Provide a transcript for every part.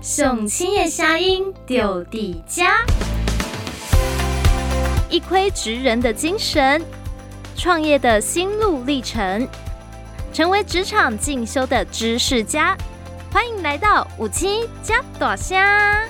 上青的声音就伫家，一窥职人的精神，创业的心路历程，成为职场进修的知识家。欢迎来到五七加大虾。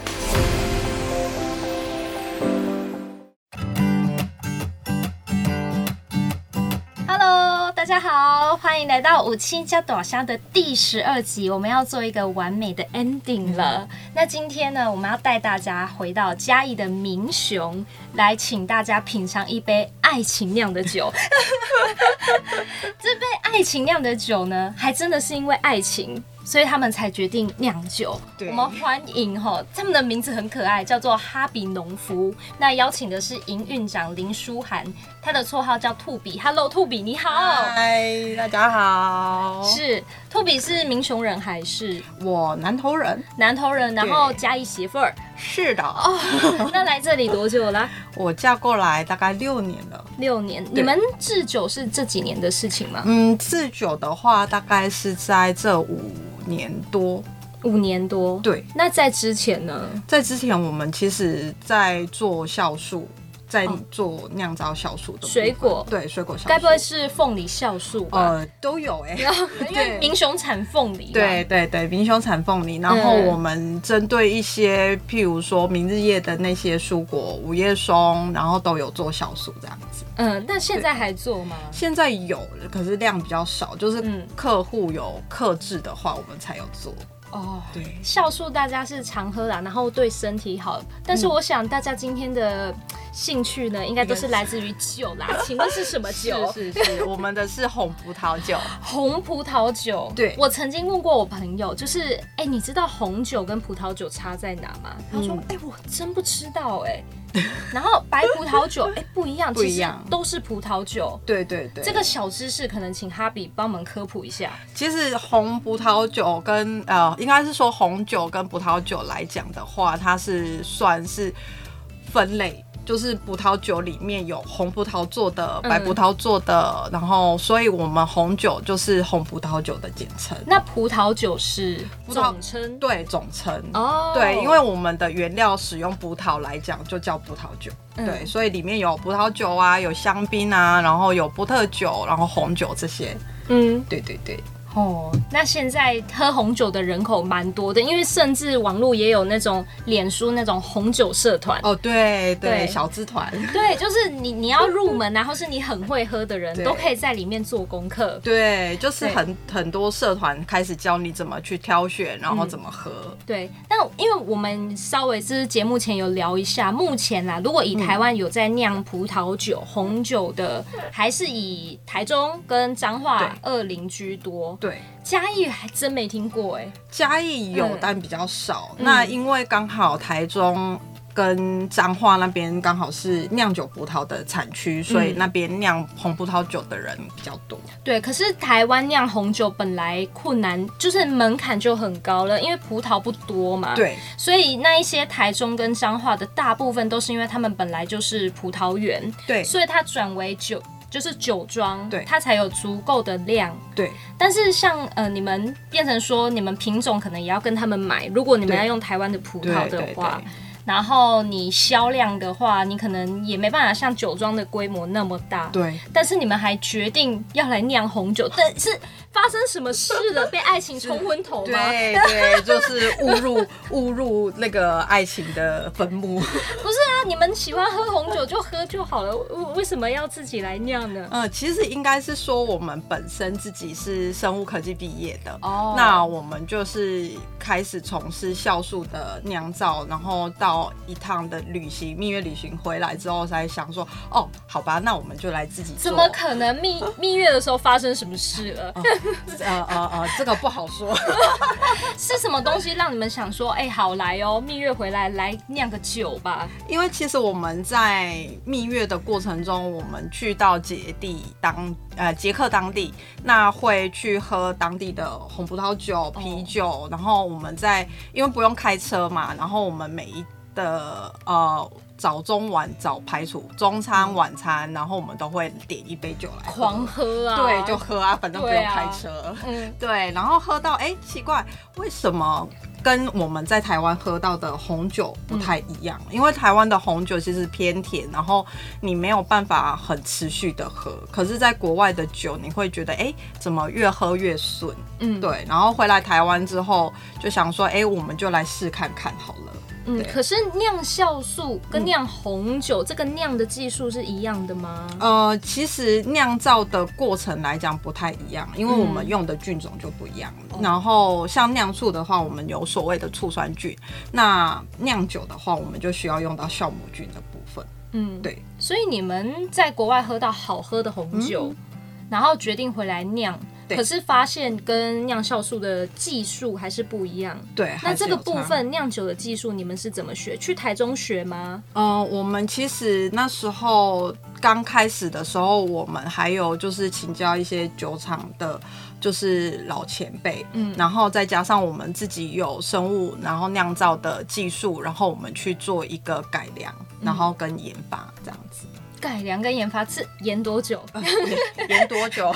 Hello，大家好，欢迎来到五七加短虾的第十二集，我们要做一个完美的 ending 了。那今天呢，我们要带大家回到嘉义的民雄，来请大家品尝一杯爱情酿的酒。 这杯爱情酿的酒呢，还真的是因为爱情。所以他们才决定酿酒。对我们欢迎哈，他们的名字很可爱，叫做哈比农夫。那邀请的是营运长林书涵，他的绰号叫兔比。Hello，兔比，你好。嗨，大家好，是兔比是民雄人还是我南投人，南投人？然后加一媳妇儿。是的，那来这里多久啦？我嫁过来大概六年了。六年。你们制酒是这几年的事情吗？嗯，自酒的话，大概是在这五年多。五年多。。对，那在之前呢？在之前我们其实在做酵素，在做酿造酵素的部分水果对水果酵素，该不会是凤梨酵素吧？呃都有哎、 因为嗯民雄产凤梨嘛。对对对，民雄产凤梨，然后我们针对一些，譬如说明日叶的那些蔬果，午夜松，然后都有做酵素这样子。嗯，那现在还做吗？现在有，可是量比较少，就是嗯客户有克制的话，我们才有做。哦，对，酵素大家是常喝啦，然后对身体好。但是我想大家今天的兴趣呢，应该都是来自于酒 啦。请问是什么酒？是是 是，我们的是红葡萄酒。红葡萄酒。对我曾经问过我朋友，就是哎、你知道红酒跟葡萄酒差在哪吗？他说嗯哎、我真不知道哎、然后白葡萄酒哎、不一样， 不其一实样都是葡萄酒。对对对，这个小知识可能请哈比帮忙科普一下。其实红葡萄酒跟呃，应该是说红酒跟葡萄酒来讲的话，它是算是分类，就是葡萄酒里面有红葡萄做的、白葡萄做的，然后所以我们红酒就是红葡萄酒的简称，那葡萄酒是葡萄总称对，总称。哦，对，因为我们的原料使用葡萄来讲，就叫葡萄酒。嗯对，所以里面有葡萄酒啊，有香槟啊，然后有波特酒，然后红酒这些。嗯对对对，哦，那现在喝红酒的人口蛮多的，因为甚至网络也有那种脸书那种红酒社团。哦对对，对小资团。对，就是你你要入门啊，或是你很会喝的人对都可以在里面做功课。对，就是对很很多社团开始教你怎么去挑选，然后嗯怎么喝。对，但因为我们稍微是节目前有聊一下，目前啦，如果以台湾有在酿葡萄酒、红酒的，还是以台中跟彰化二林居多。对，嘉义还真没听过哎、嘉义有嗯，但比较少。嗯那因为刚好台中。跟彰化那边刚好是酿酒葡萄的产区，所以嗯那边酿红葡萄酒的人比较多。对，可是台湾酿红酒本来困难，就是门槛就很高了，因为葡萄不多嘛。，对，所以那一些台中跟彰化的大部分都是因为他们本来就是葡萄园，对，所以它转为酒，就是酒庄，对它才有足够的量。对，但是像呃，你们变成说你们品种可能也要跟他们买，如果你们对要用台湾的葡对萄的对话对，然后你销量的话，你可能也没办法像酒庄的规模那么大。对，但是你们还决定要来酿红酒，但是发生什么事了？被爱情冲昏头吗？对对，就是误入误入那个爱情的坟墓。不是啊，你们喜欢喝红酒就喝就好了，为为什么要自己来酿呢？嗯，其实应该是说我们本身自己是生物科技毕业的，哦那我们就是开始从事酵素的酿造，然后到一趟的旅行，蜜月旅行回来之后才想说，哦，好吧，那我们就来自己做。怎么可能蜜蜜月的时候发生什么事了？呃呃呃，这个不好说。是什么东西让你们想说，哎、好来哦，蜜月回来来酿个酒吧？因为其实我们在蜜月的过程中，我们去到捷地当呃捷克当地，那会去喝当地的红葡萄酒、啤酒，哦然后我们在因为不用开车嘛，然后我们每一的呃早中晚早排除中餐晚餐，然后我们都会点一杯酒来喝嗯狂喝啊！对就喝啊，反正不对用啊开车。嗯，对，然后喝到哎、奇怪，为什么跟我们在台湾喝到的红酒不太一样，因为台湾的红酒其实偏甜，然后你没有办法很持续的喝。可是，在国外的酒，你会觉得，哎、怎么越喝越顺？嗯，对。然后回来台湾之后，就想说，哎、我们就来试看看好了。嗯，对可是酿酵素跟酿红酒、这个酿的技术是一样的吗？呃，其实酿造的过程来讲不太一样，因为我们嗯用的菌种就不一样。哦然后像酿醋的话，我们有所谓的醋酸菌；那酿酒的话，我们就需要用到酵母菌的部分。嗯，对。所以你们在国外喝到好喝的红酒，然后决定回来酿，嗯对可是发现跟酿酵素的技术还是不一样。对，那还是这有个部差分酿酒的技术你们是怎么学？去台中学吗？呃，我们其实那时候刚开始的时候，我们还有就是请教一些酒厂的，就是老前辈，嗯然后再加上我们自己有生物，然后酿造的技术，然后我们去做一个改良，然后跟研发这样子。改良跟研发是研多久？ 延多久？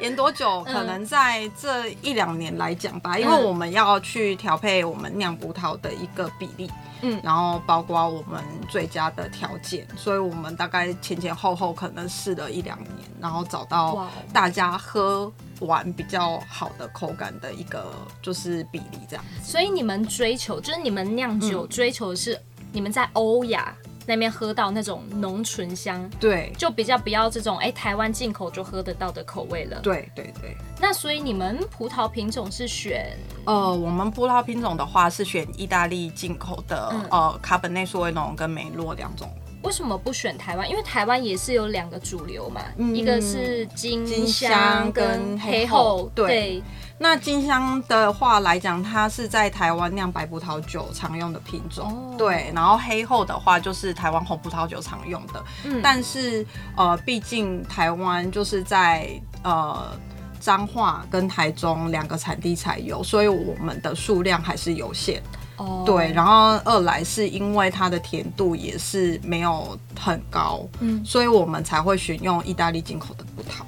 延多久？可能在这一两年来讲嗯吧，因为我们要去调配我们酿葡萄的一个比例，嗯然后包括我们最佳的条件，所以我们大概前前后后可能试了一两年，然后找哇到哦大家喝完比较好的口感的一个就是比例这样子。所以你们追求就是你们酿嗯酒追求的是你们在欧亚那边喝到那种浓醇香，对就比较不要这种哎、台湾进口就喝得到的口味了。对对对，那所以你们葡萄品种是选呃，我们葡萄品种的话是选意大利进口的，嗯呃，卡本内苏维农跟梅洛两种为什么不选台湾？因为台湾也是有两个主流嘛，嗯一个是金金香香跟跟黑黑后后，对那金香的话来讲，它是在台湾酿白葡萄酒常用的品种，哦对。然后黑后的话，就是台湾红葡萄酒常用的，嗯但是呃，毕竟台湾就是在呃彰化跟台中两个产地才有，所以我们的数量还是有限。哦对，然后二来是因为它的甜度也是没有很高，嗯所以我们才会选用意大利进口的葡萄。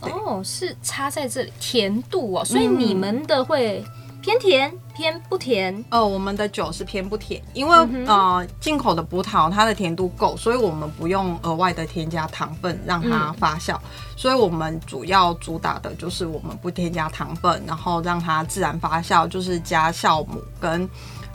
哦是差在这里甜度嗯哦，所以你们的会偏甜偏不甜，呃，我们的酒是偏不甜，因为、嗯哼呃进口的葡萄它的甜度够，所以我们不用额外的添加糖分让它发酵，所以我们主要主打的就是我们不添加糖分，然后让它自然发酵，就是加酵母跟。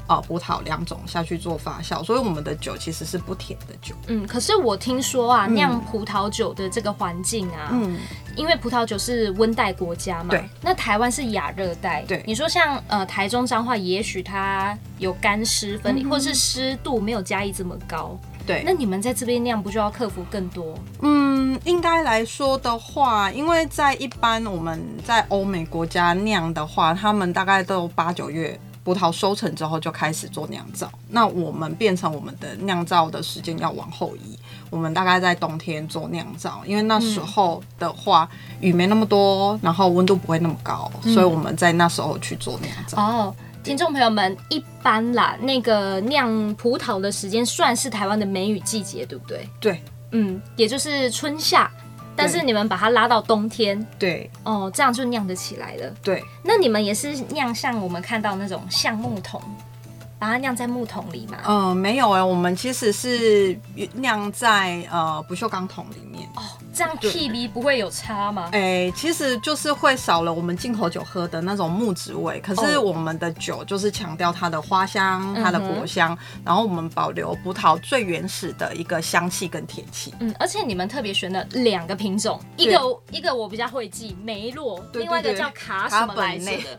呃，葡萄两种下去做发酵，所以我们的酒其实是不甜的酒。嗯，可是我听说啊，酿葡萄酒的这个环境啊，嗯，因为葡萄酒是温带国家嘛，对，那台湾是亚热带，对你说像呃台中彰化，也许它有干湿分离，或是湿度没有嘉义这么高，嗯对那。你们在这边酿不就要克服更多？嗯，应该来说的话，因为在一般我们在欧美国家酿的话，他们大概都八九月葡萄收成之后就开始做酿造。那我们变成我们的酿造的时间要往后移，我们大概在冬天做酿造，因为那时候的话、雨没那么多，然后温度不会那么高，所以我们在那时候去做酿造。哦，听众朋友们，一般啦，那个酿葡萄的时间算是台湾的梅雨季节，对不对？对嗯，也就是春夏，但是你们把它拉到冬天，对哦，这样就酿得起来了。对，那你们也是酿像我们看到那种橡木桶，把它酿在木桶里嘛？嗯、没有哎、我们其实是酿在呃不锈钢桶里面。哦，这样对 T B 不会有差吗？哎、其实就是会少了我们进口酒喝的那种木质味，可是哦我们的酒就是强调它的花香、它的嗯哼果香，然后我们保留葡萄最原始的一个香气跟甜气。嗯，而且你们特别选了两个品种，一对个一个我比较会记梅洛，对对另外一个对叫卡卡什么本来着内的？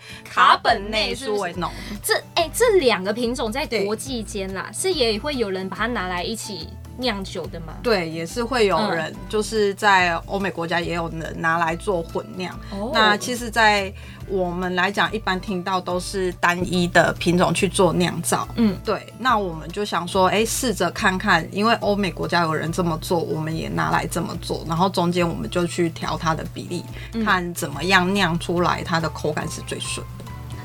是苏不是维农，这哎、这两个品种在对国际间啦，是也会有人把它拿来一起酿酒的吗？对，也是会有嗯人、就是在欧美国家也有人拿来做混酿。哦那其实，在我们来讲，一般听到都是单一的品种去做酿造。嗯，对。那我们就想说，哎、试着看看，因为欧美国家有人这么做，我们也拿来这么做，然后中间我们就去调它的比例，嗯看怎么样酿出来它的口感是最顺。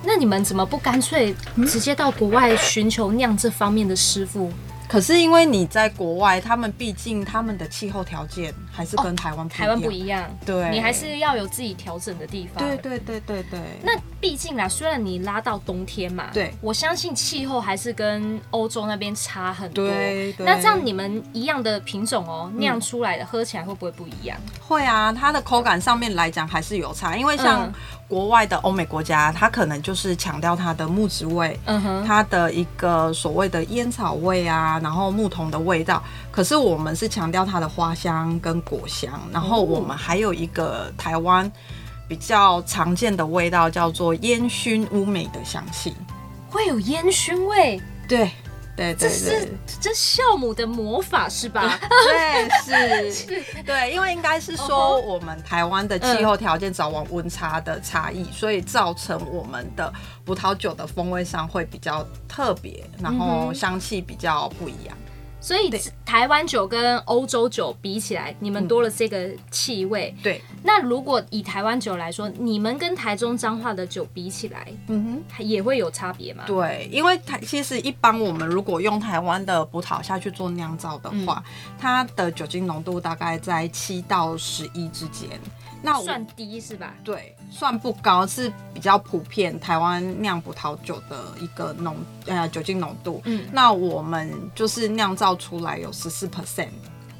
那你们怎么不干脆直接到国外寻求酿这方面的师傅？可是因为你在国外，他们毕竟他们的气候条件还是跟台湾不哦台一样湾不一样，对，你还是要有自己调整的地方。对对对对对，那毕竟啦，虽然你拉到冬天嘛，对我相信气候还是跟欧洲那边差很多。对对嗯那这样你们一样的品种哦，酿出来的、喝起来会不会不一样？会啊，它的口感上面来讲还是有差，因为像嗯国外的欧美国家，它可能就是强调它的木质味，嗯哼，它的一个所谓的烟草味啊，然后木桶的味道。可是我们是强调它的花香跟果香，然后我们还有一个台湾比较常见的味道叫做烟熏乌梅的香气。会有烟熏味，对，对这对对是。这酵母的魔法是 吧？对，是，对，因为应该是说哦我们台湾的气候条件、早晚温差的差异，所以造成我们的葡萄酒的风味上会比较特别，然嗯后哼香气比较不一样。所以对台湾酒跟欧洲酒比起来，你们多了这个气味。对，那如果以台湾酒来说，你们跟台中彰化的酒比起来，嗯哼。也会有差别吗？对，因为台其实一般我们如果用台湾的葡萄下去做酿造的话，它的酒精浓度大概在七到十一之间。那我算低是吧？对算不高，是比较普遍台湾酿葡萄酒的一个浓呃酒精浓度。嗯那我们就是酿造出来有十四 percent，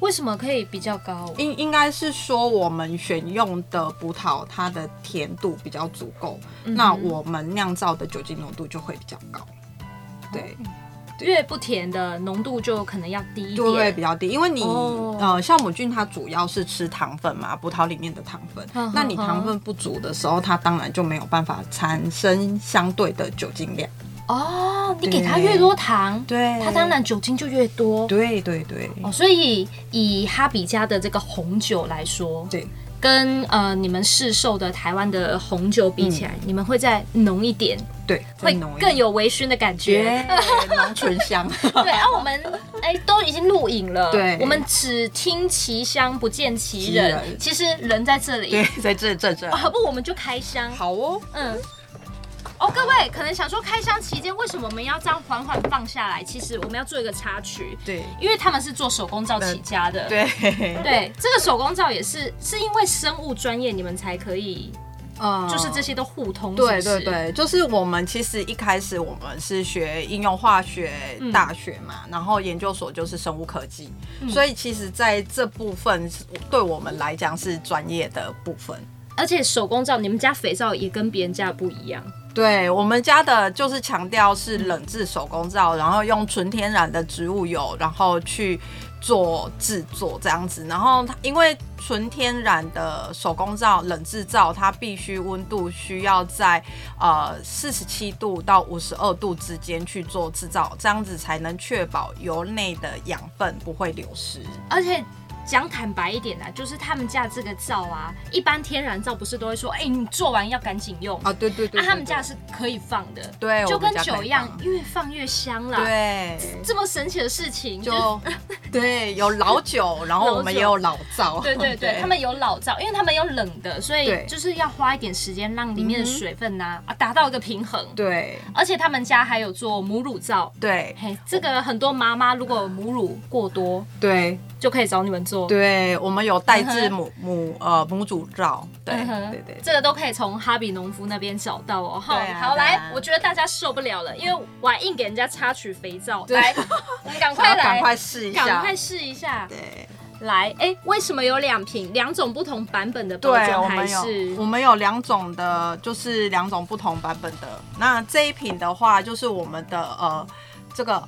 为什么可以比较高？应应该是说我们选用的葡萄它的甜度比较足够，嗯那我们酿造的酒精浓度就会比较高。对，哦越不甜的浓度就可能要低一就会点。比较低，因为你、哦呃酵母菌它主要是吃糖分嘛，葡萄里面的糖分哼哼，那你糖分不足的时候，它当然就没有办法产生相对的酒精量。哦，你给它越多糖，对它当然酒精就越多。对对对哦，所以以哈比家的这个红酒来说，对，跟呃你们市售的台湾的红酒比起来，你们会再浓一点，对，会嗯浓一更点有微醺的感觉。对浓醇香。对，啊，我们哎、都已经录影了，对我们只听其香不见其其人，人其实人 在这里 对。，在这这这。啊，不，我们就开箱。好哦，嗯。哦，各位可能想说，开箱期间为什么我们要这样缓缓放下来？其实我们要做一个插曲，对因为他们是做手工皂起家的。对对这个手工皂也是是因为生物专业，你们才可以，嗯就是这。些都互通是不对是。对对，就是我们其实一开始我们是学应用化学嗯大学嘛，然后研究所就是生物科技，所以其实在这部分是对我们来讲是专业的部分。而且手工皂，你们家肥皂也跟别人家不一样。对我们家的就是强调是冷制手工皂，然后用纯天然的植物油，然后去做制作这样子。然后它因为纯天然的手工皂、冷制皂，它必须温度需要在呃四十七度到五十二度之间去做制造，这样子才能确保油内的养分不会流失。而且讲坦白一点啦，就是他们家这个皂啊，一般天然皂不是都会说，哎、你做完要赶紧用。啊，对对啊，他们家是可以放的，对就我跟们家可以酒一样，放越放越香啦。，对。这么神奇的事情，就 就对，有老酒，然后我们也有老皂，对对对，他们有老皂，因为他们有冷的，所以对就是要花一点时间让里面的嗯哼水分呐、啊达到一个平衡。对而且他们家还有做母乳皂，对嘿，这个很多妈妈如果母乳过多，对就可以找你们做。对，我们有代嗯制哼母母呃母乳皂，对嗯哼对对这个都可以从哈比农夫那边找到哦。哈、对啊好对啊来，我觉得大家受不了了，因为我还硬给人家插取肥皂，对 来，我们赶对，快要赶来，快试一赶下快，试一下。对来，哎，为什么有两瓶两种不同版本的包对，装？我还们有是我们有两种的，就是两种不同版本的。那这一瓶的话，就是我们的呃这个。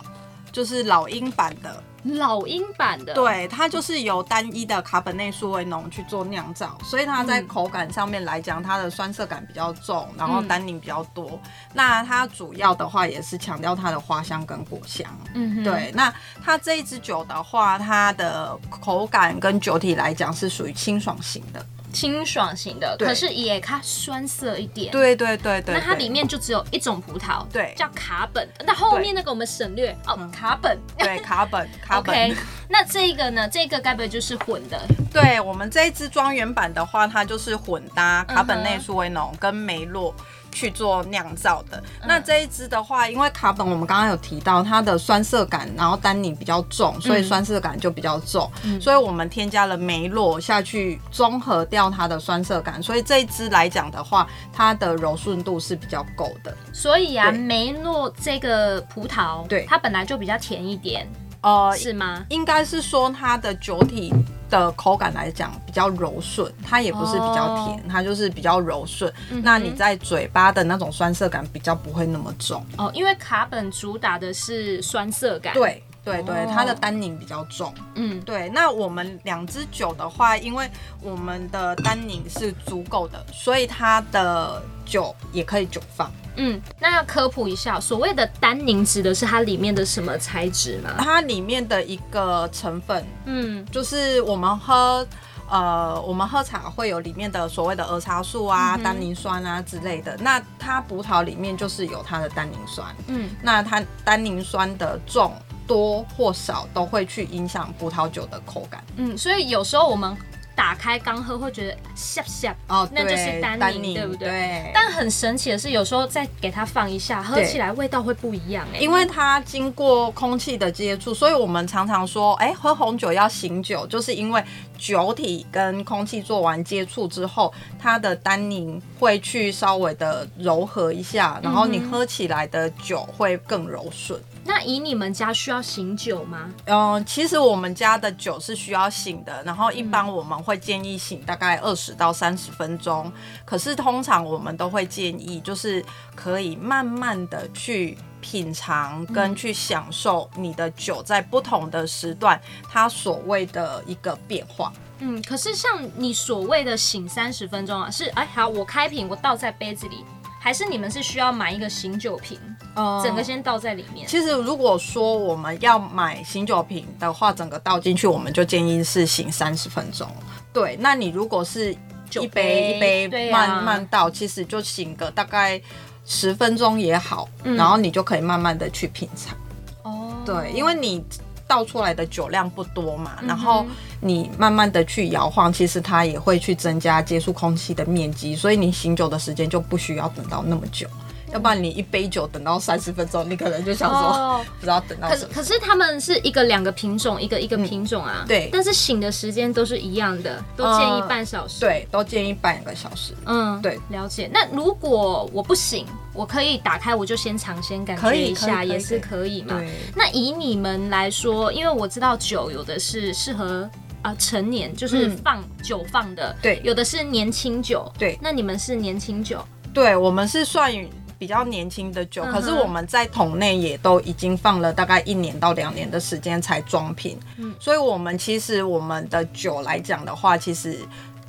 就是老鹰版的，老鹰版的？，对，它就是由单一的卡本内苏维农去做酿造，所以它在嗯口感上面来讲，它的酸涩感比较重，然后嗯单宁比较多。那它主要的话也是强调它的花香跟果香。嗯哼，对，那它这一支酒的话，它的口感跟酒体来讲是属于清爽型的。清爽型的，对可是也它酸涩一点。。对对对对那它里对面就只有一种葡萄，对叫卡本。那后面那个我们省略哦，卡本。对卡本卡本 OK，那这个呢？这个该不会就是混的？对我们这一支庄园版的话，它就是混搭卡本内嗯哼苏维农跟梅洛。去做酿造的。嗯那这一支的话，因为卡本我们刚刚有提到它的酸涩感，然后单宁比较重，所嗯以酸涩感就比较重，所以我们添加了梅洛下去综合掉它的酸涩感，所以这一支来讲的话，它的柔顺度是比较够的。所以啊，对梅诺这个葡萄，对它本来就比较甜一点，呃，是吗？应该是说它的酒体的口感来讲比较柔顺，它也不是比较甜，哦它就是比较柔顺。哼那你在嘴巴的那种酸涩感比较不会那么重。哦，因为卡本主打的是酸涩感，，对。对对哦，它的单宁比较重。嗯，对，那我们两支酒的话，因为我们的单宁是足够的，所以它的酒也可以久放。嗯，那要科普一下，所谓的单宁指的是它里面的什么材质 吗？它里面的一个成分嗯，就是我们喝。呃，我们喝茶会有里面的所谓的儿茶素嗯啊、单宁酸啊之类的。那它葡萄里面就是有它的单宁酸，嗯，那它单宁酸的重多或少都会去影响葡萄酒的口感。嗯，所以有时候我们打开刚喝会觉得下下，哦，那就是对单宁对不对对但很神奇的是，有时候再给它放一下，喝对起来味道会不一样哎、因为它经过空气的接触，所以我们常常说，哎、喝红酒要醒酒，就是因为酒体跟空气做完接触之后，它的单宁会去稍微的柔和一下，然后你喝起来的酒会更柔顺。那以你们家需要醒酒吗？嗯，其实我们家的酒是需要醒的，然后一般我们会建议醒大概二十到三十分钟，可是通常我们都会建议就是可以慢慢的去品尝跟去享受你的酒在不同的时段它所谓的一个变化。嗯，可是像你所谓的醒三十分钟啊，是哎好，我开瓶我倒在杯子里，还是你们是需要买一个醒酒瓶，嗯整个先倒在里面？其实如果说我们要买醒酒瓶的话，整个倒进去，我们就建议是醒三十分钟。对，那你如果是酒一杯杯一杯对慢、啊慢倒，其实就醒个大概十分钟也好，嗯然后你就可以慢慢的去品尝。哦，对，因为你倒出来的酒量不多嘛，嗯然后你慢慢的去摇晃，其实它也会去增加接触空气的面积，所以你醒酒的时间就不需要等到那么久。要不然你一杯酒等到三十分钟，你可能就想说、哦不知道等到可什是么。可是他们是一个两个品种，一个一个品种啊，对但是醒的时间都是一样的，都建议半小时。对，都建议半个小时。嗯，对了解。那如果我不醒，我可以打开，我就先尝，先感可觉以一下，可以也是可以嘛。那以你们来说，因为我知道酒有的是适合啊、成年，就是嗯放、酒放的，对有的是年轻酒，对那你们是年轻酒，对，我们是算比较年轻的酒，嗯哼可是我们在桶内也都已经放了大概一年到两年的时间才装瓶。嗯所以我们其实我们的酒来讲的话，其实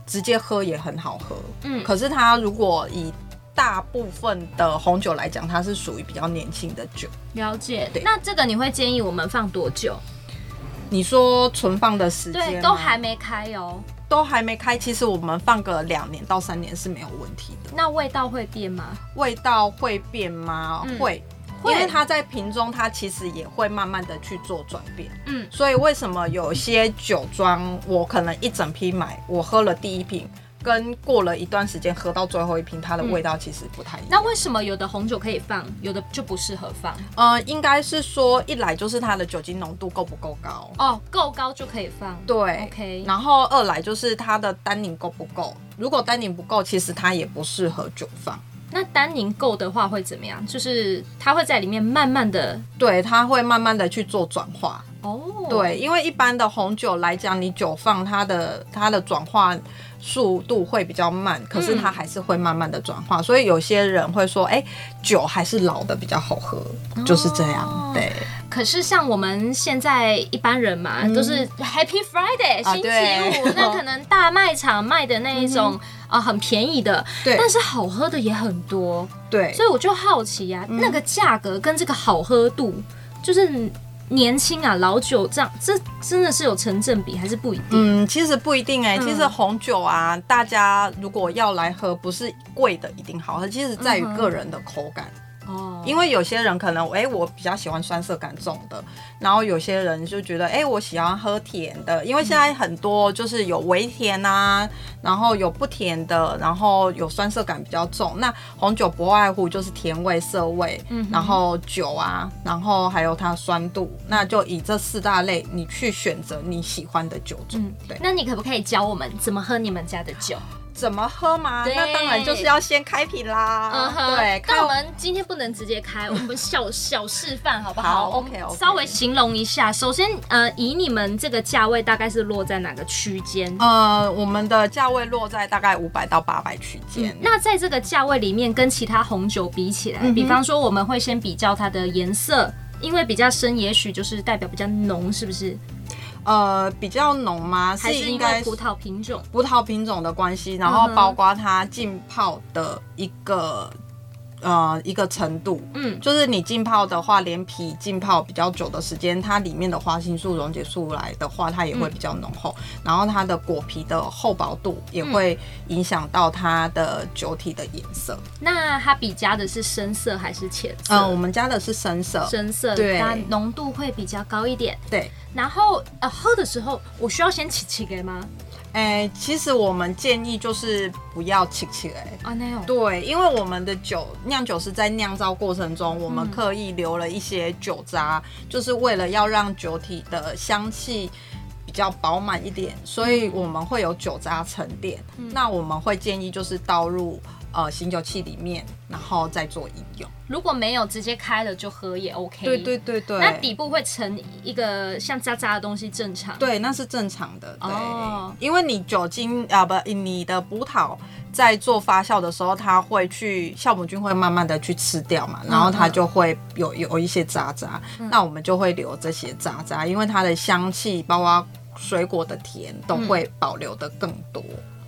直接喝也很好喝。嗯可是它如果以大部分的红酒来讲，它是属于比较年轻的酒。了解对。那这个你会建议我们放多久？你说存放的时间对，吗都还没开哦。都还没开，其实我们放个两年到三年是没有问题的。那味道会变吗？味道会变吗？嗯会。因会为它在瓶中，它其实也会慢慢的去做转变，嗯所以为什么有些酒庄，我可能一整批买，我喝了第一瓶，跟过了一段时间喝到最后一瓶，它的嗯味道其实不太一样。那为什么有的红酒可以放，有的就不适合放？呃，应该是说，一来就是它的酒精浓度够不够高，哦，够高就可以放。对 OK 然后二来就是它的单宁够不够，如果单宁不够，其实它也不适合酒放。那单宁够的话会怎么样？就是它会在里面慢慢的对，它会慢慢的去做转化，哦，，对，因为一般的红酒来讲，你酒放它的它的转化速度会比较慢，可是它还是会慢慢的转化，所以有些人会说，哎、酒还是老的比较好喝，就是这样，对，可是像我们现在一般人嘛，都是 Happy Friday 嗯啊星期对 嗯五，那可能大卖场卖的那一种啊、很便宜的，对但是好喝的也很多，对嗯所。以我就好奇呀、那个价格跟这个好喝度，就是年轻啊老酒这样，这真的是有成正比还是不一定？嗯，其实不一定哎、其实红酒啊，大家如果要来喝，不是贵的一定好喝，其实在于个人的口感。哦，因为有些人可能，哎、我比较喜欢酸涩感重的，然后有些人就觉得，哎、我喜欢喝甜的，因为现在很多就是有微甜啊，然后有不甜的，然后有酸涩感比较重。那红酒不外乎就是甜味、涩味，嗯哼然后酒啊，然后还有它的酸度，那就以这四大类你去选择你喜欢的酒种。嗯对，那你可不可以教我们怎么喝你们家的酒？怎么喝嘛？对那当然就是要先开瓶啦。啊对，嗯但看我们今天不能直接开，我们小小示范好不好好我们 OK，OK 稍微形容一下。首先，呃，以你们这个价位大概是落在哪个区间？呃，我们的价位落在大概五百到八百区间嗯。那在这个价位里面，跟其他红酒比起来，嗯哼比方说我们会先比较它的颜色，因为比较深，也许就是代表比较浓，是不是？呃，比较浓吗？还是是应因该为葡萄品种？葡萄品种的关系，然后嗯哼包括它浸泡的一个、呃一个程度。嗯，就是你浸泡的话，连皮浸泡比较久的时间，它里面的花青素溶解出来的话，它也会比较浓厚，然后它的果皮的厚薄度也会嗯影响到它的酒体的颜色。那它比加的是深色还是浅色？嗯、我们家的是深色，深色，对它浓度会比较高一点。对。然后呃，喝的时候我需要先起起给吗？哎、其实我们建议就是不要起起来。啊，那种。对，因为我们的酒酿酒是在酿造过程中，我们嗯刻意留了一些酒渣，就是为了要让酒体的香气比较饱满一点，所以我们会有酒渣沉淀。那我们会建议就是倒入呃醒酒器里面，然后再做饮用。如果没有直接开了就喝也 OK。对对。对对，那底部会成一个像渣渣的东西，正常。。对，那是正常的。对，哦因为你酒精啊不，你的葡萄在做发酵的时候，它会去酵母菌会慢慢的去吃掉嗯嘛，然后它就会有有一些渣渣，那我们就会留这些渣渣，因为它的香气包括。水果的甜都会保留的更多，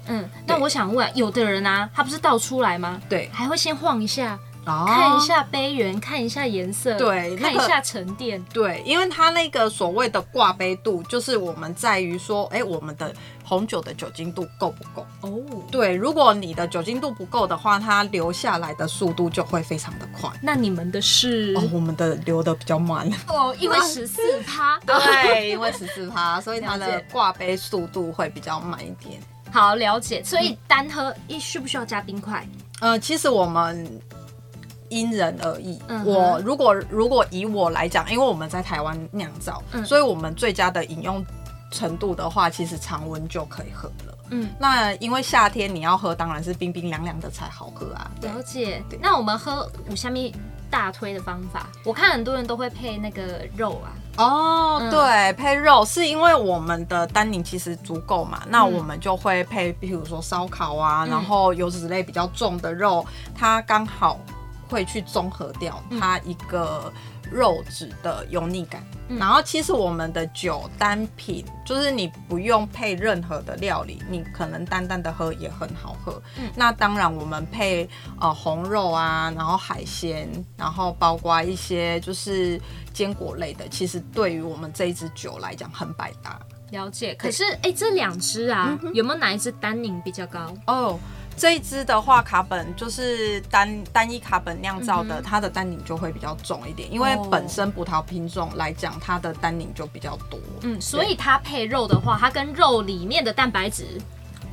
嗯。那我想问，有的人啊，他不是倒出来吗？对，还会先晃一下，哦看一下杯缘，看一下颜色，对看一那个下沉淀。对，因为它那个所谓的挂杯度，就是我们在于说，哎、我们的红酒的酒精度够不够？哦。对，如果你的酒精度不够的话，它流下来的速度就会非常的快。那你们的是哦，我们的流的比较慢，哦，因为十四趴。 对，因为十四趴，所以它了的解挂杯速度会比较慢一点。好了解，所以单喝一需不需要加冰块？呃，其实我们因人而异。嗯哼我如果如果以我来讲，因为我们在台湾酿造，嗯所以我们最佳的饮用程度的话，其实常温就可以喝了。嗯，那因为夏天你要喝，当然是冰冰凉凉的才好喝啊。对了解对。那我们喝五香蜜大推的方法，我看很多人都会配那个肉啊，哦，嗯对，配肉是因为我们的单宁其实足够嘛，那我们就会配，比如说烧烤啊，嗯然后油脂类比较重的肉，它刚好会去综合掉它一个肉质的油腻感。嗯然后其实我们的酒单品就是你不用配任何的料理，你可能淡淡的喝也很好喝。嗯那当然我们配呃红肉啊，然后海鲜，然后包括一些就是坚果类的，其实对于我们这一支酒来讲很百搭了解。可是哎、这两支嗯啊，有没有哪一支单宁比较高？哦。这一支的话，卡本就是单单一卡本酿造的，它的单宁就会比较重一点，因为哦本身葡萄品种来讲，它的单宁就比较多。嗯，所以它配肉的话，它跟肉里面的蛋白质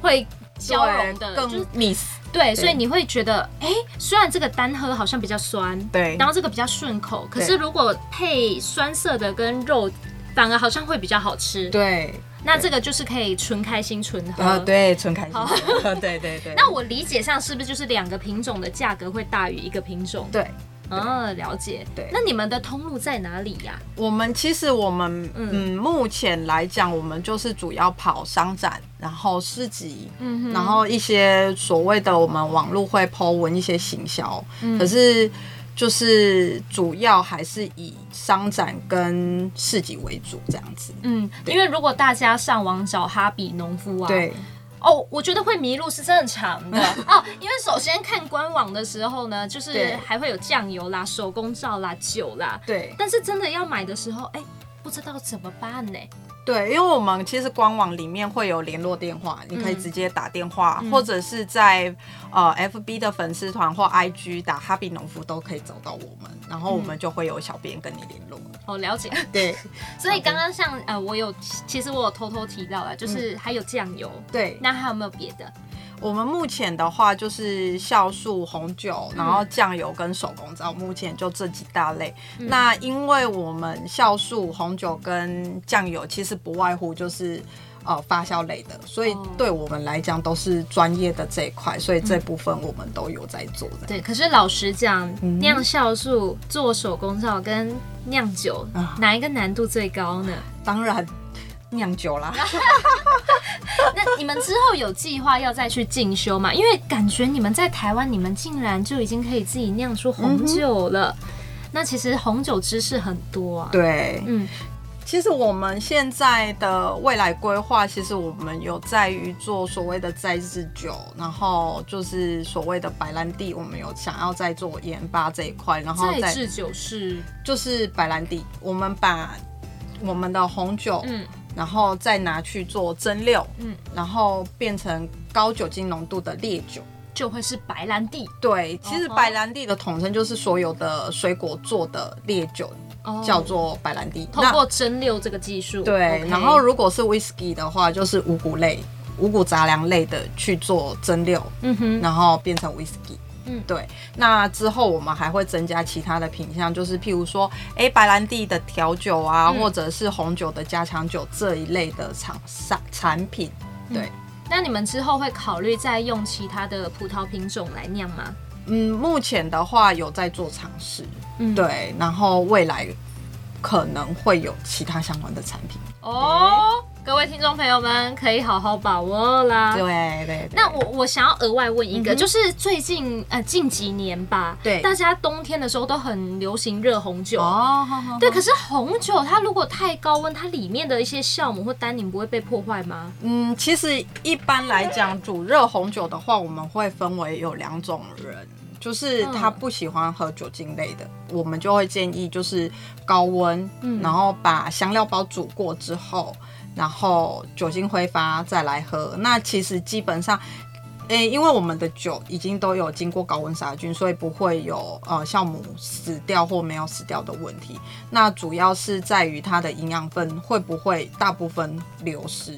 会交融的，对就是更 miss 对，所以你会觉得，哎、虽然这个单喝好像比较酸，对然后这个比较顺口，可对是如果配酸涩的跟肉，反而好像会比较好吃。对，那这个就是可以纯开心纯喝。呃，对，纯开心， 对对对。那我理解上是不是就是两个品种的价格会大于一个品种？对哦，了解。对那你们的通路在哪里呀、我们其实我们嗯目前来讲，我们就是主要跑商展，然后市集，嗯哼然后一些所谓的我们网络会 Po 文一些行销，可是就是主要还是以商展跟市集为主这样子。嗯，因为如果大家上网找哈比农夫啊，对，哦，我觉得会迷路是正常 的哦，因为首先看官网的时候呢，就是对还会有酱油啦、手工皂啦、酒啦，对，但是真的要买的时候，哎、不知道怎么办呢、对，因为我们其实官网里面会有联络电话，你可以嗯直接打电话，或者是在呃 FB 的粉丝团或 IG 打哈比农夫都可以找到我们，然后我们就会有小编跟你联络。哦，了 解。对所以刚刚像呃，我有其实我有偷偷提到了，就是还有酱油，对，那还有没有别的？我们目前的话就是酵素、红酒，然后酱油跟手工皂，目前就这几大类。那因为我们酵素、红酒跟酱油其实不外乎就是。呃，发酵类的，所以哦对我们来讲都是专业的这一块，所以这部分我们都有在做的。对，可是老实讲，酿酵素、做手工皂跟酿酒，啊哪一个难度最高呢？当然，酿酒啦，那你们之后有计划要再去进修吗？因为感觉你们在台湾，你们竟然就已经可以自己酿出红酒了。那其实红酒知识很多啊。对，嗯，其实我们现在的未来规划，其实我们有在于做所谓的在日酒，然后就是所谓的白兰地，我们有想要在做研发这一块，然后再再制酒是，就是白兰地，我们把我们的红酒，嗯然后再拿去做蒸馏，嗯，然后变成高酒精浓度的烈酒。就会是白兰地对，其实哦吼白兰地的统称就是所有的水果做的烈酒，哦叫做白兰地。通那过蒸馏这个技术。对 OK 然后如果是 whisky 的话，就是五谷类、五谷杂粮类的去做蒸馏，嗯哼，然后变成 whisky。嗯对。那之后我们还会增加其他的品项，就是譬如说，哎，白兰地的调酒啊，嗯或者是红酒的加强酒这一类的厂商产品。对，那你们之后会考虑再用其他的葡萄品种来酿吗？嗯，目前的话有在做尝试，嗯，。对，然后未来可能会有其他相关的产品。哦，各位听众朋友们可以好好把握啦。对对啊对。那我我想要额外问一个，嗯哼就是最近呃近几年吧，对大家冬天的时候都很流行热红酒。哦，好好对，可是红酒它如果太高温，它里面的一些酵母或单宁不会被破坏吗？嗯，其实一般来讲，煮热红酒的话，我们会分为有两种人，就是他嗯不喜欢喝酒精类的，我们就会建议就是高温，嗯然后把香料包煮过之后，然后酒精挥发再来喝。那其实基本上。诶、因为我们的酒已经都有经过高温杀菌，所以不会有呃酵母死掉或没有死掉的问题。那主要是在于它的营养分会不会大部分流失。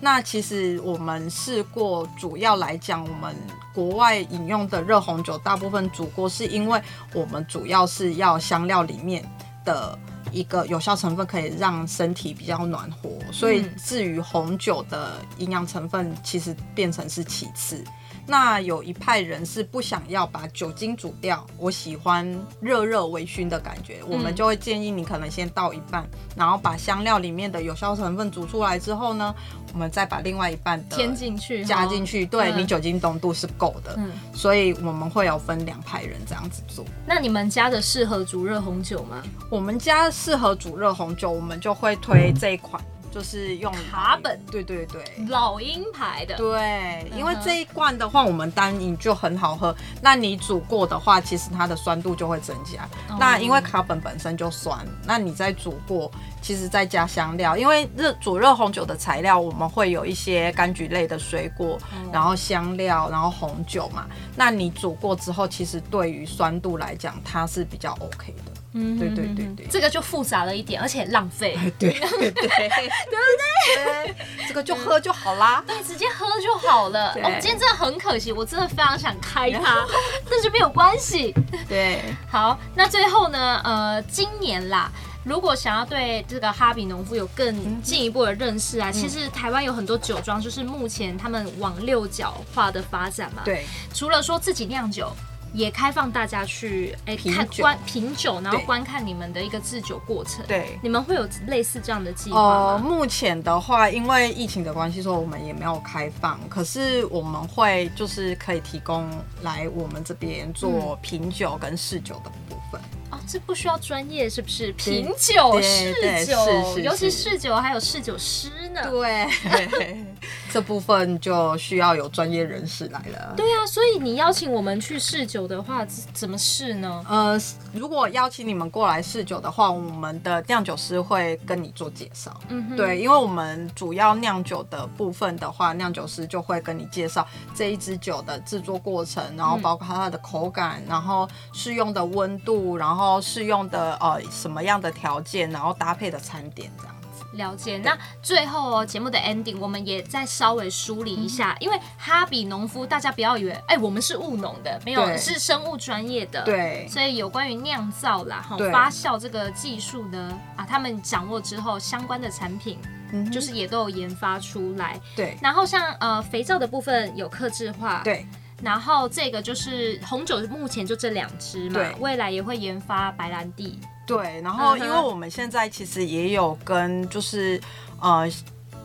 那其实我们试过，主要来讲，我们国外饮用的热红酒大部分煮过，是因为我们主要是要香料里面的一个有效成分可以让身体比较暖和，所以嗯至于红酒的营养成分，其实变成是其次。那有一派人是不想要把酒精煮掉，我喜欢热热微醺的感觉，我们就会建议你可能先倒一半，然后把香料里面的有效成分煮出来之后呢，我们再把另外一半的添进去，呃加进。去，对、嗯你酒精浓度是够的，嗯所以我们会有分两派人这样子做。那你们家的适合煮热红酒吗？我们家适合煮热红酒，我们就会推这一款，就是用卡本，对对对。老鹰牌的。对，因为嗯哼这一罐的话，我们单饮就很好喝。那你煮过的话，其实它的酸度就会增加。哦那因为卡本本身就酸，那你再煮过，其实再加香料，因为热煮热红酒的材料，我们会有一些柑橘类的水果，然后香料，然后红酒嘛。那你煮过之后，其实对于酸度来讲，它是比较 OK 的。嗯哼对对对嗯哼对这个就复杂了一点，而且浪费。 哎对对对对，这个就喝就好啦。对，直接喝就好了。对哦，今天真的很可惜，我真的非常想开它， 但是没有关系。对，好，那最后呢，呃，今年啦。如果想要对这个哈比农夫有嗯更进一步的认识啊，其实台湾有很多酒庄，就是目前他们往六角化的发展嘛。，对，除了说自己酿酒，也开放大家去哎、品看酒观品酒，然后对观看你们的一个制酒过程。，对。你们会有类似这样的计划吗？呃，目前的话，因为疫情的关系，所以我们也没有开放。可是我们会就是可以提供来我们这边做品酒跟试酒的部分。哦，这不需要专业是不是？品酒、对试对酒，是是尤其是试酒还有试酒师呢。对， 这部分就需要有专业人士来了。对啊，所以你邀请我们去试酒的话，怎怎么试呢？呃，如果邀请你们过来试酒的话，我们的酿酒师会跟你做介绍。嗯哼，对，因为我们主要酿酒的部分的话，酿酒师就会跟你介绍这一支酒的制作过程，然后包括它的口感，然后适用的温度，然后适用的呃什么样的条件，然后搭配的餐点这样。了解。那最后哦，节目的 ending 我们也再稍微梳理一嗯下，因为哈比农夫，大家不要以为，哎、我们是务农的，没有对是生物专业的，。对，所以有关于酿造啦、哈对发酵这个技术呢，啊，他们掌握之后，相关的产品嗯就是也都有研发出来。对然后像呃肥皂的部分有克制化，。对然后这个就是红酒，目前就这两支嘛对，未来也会研发白兰地。对，然后嗯因哼为我们现在其实也有跟就是呃。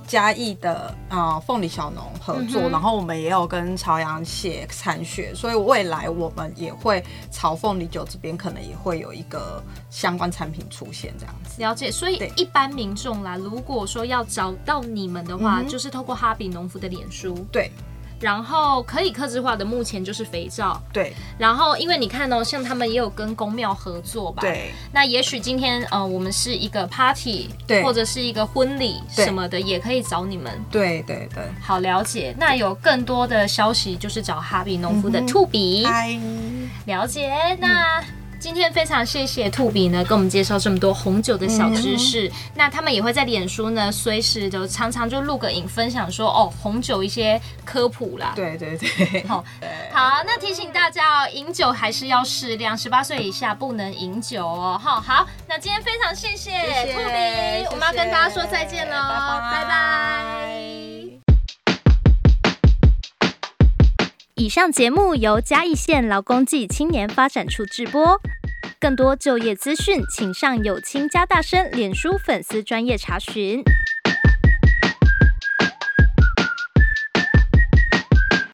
嘉义的呃凤梨小农合作，嗯哼然后我们也有跟朝阳写产学，所以未来我们也会朝凤梨酒这边可能也会有一个相关产品出现这样子。了解，所以对一般民众啦，如果说要找到你们的话，嗯哼就是透过哈比农夫的脸书，对然后可以克制化的，目前就是肥皂。对然后因为你看哦，像他们也有跟公庙合作吧，。对那也许今天呃，我们是一个 party，对或者是一个婚礼对什么的，也可以找你们。对对对，好了解，那有更多的消息就是找哈比农夫的嗯哼兔比、嗨，了解。那、嗯今天非常谢谢兔比呢，跟我们介绍这么多红酒的小知识。嗯那他们也会在脸书呢，随时就常常就录个影，分享说哦，红酒一些科普啦。对对对，好好，那提醒大家哦，饮酒还是要适量，十八岁以下不能饮酒哦。好，好，那今天非常谢谢谢谢兔比，我们要跟大家说再见喽，拜拜拜拜以上节目由嘉义县劳工暨青年发展处制播。更多就业资讯，请上有青加大生脸书粉丝专业查询。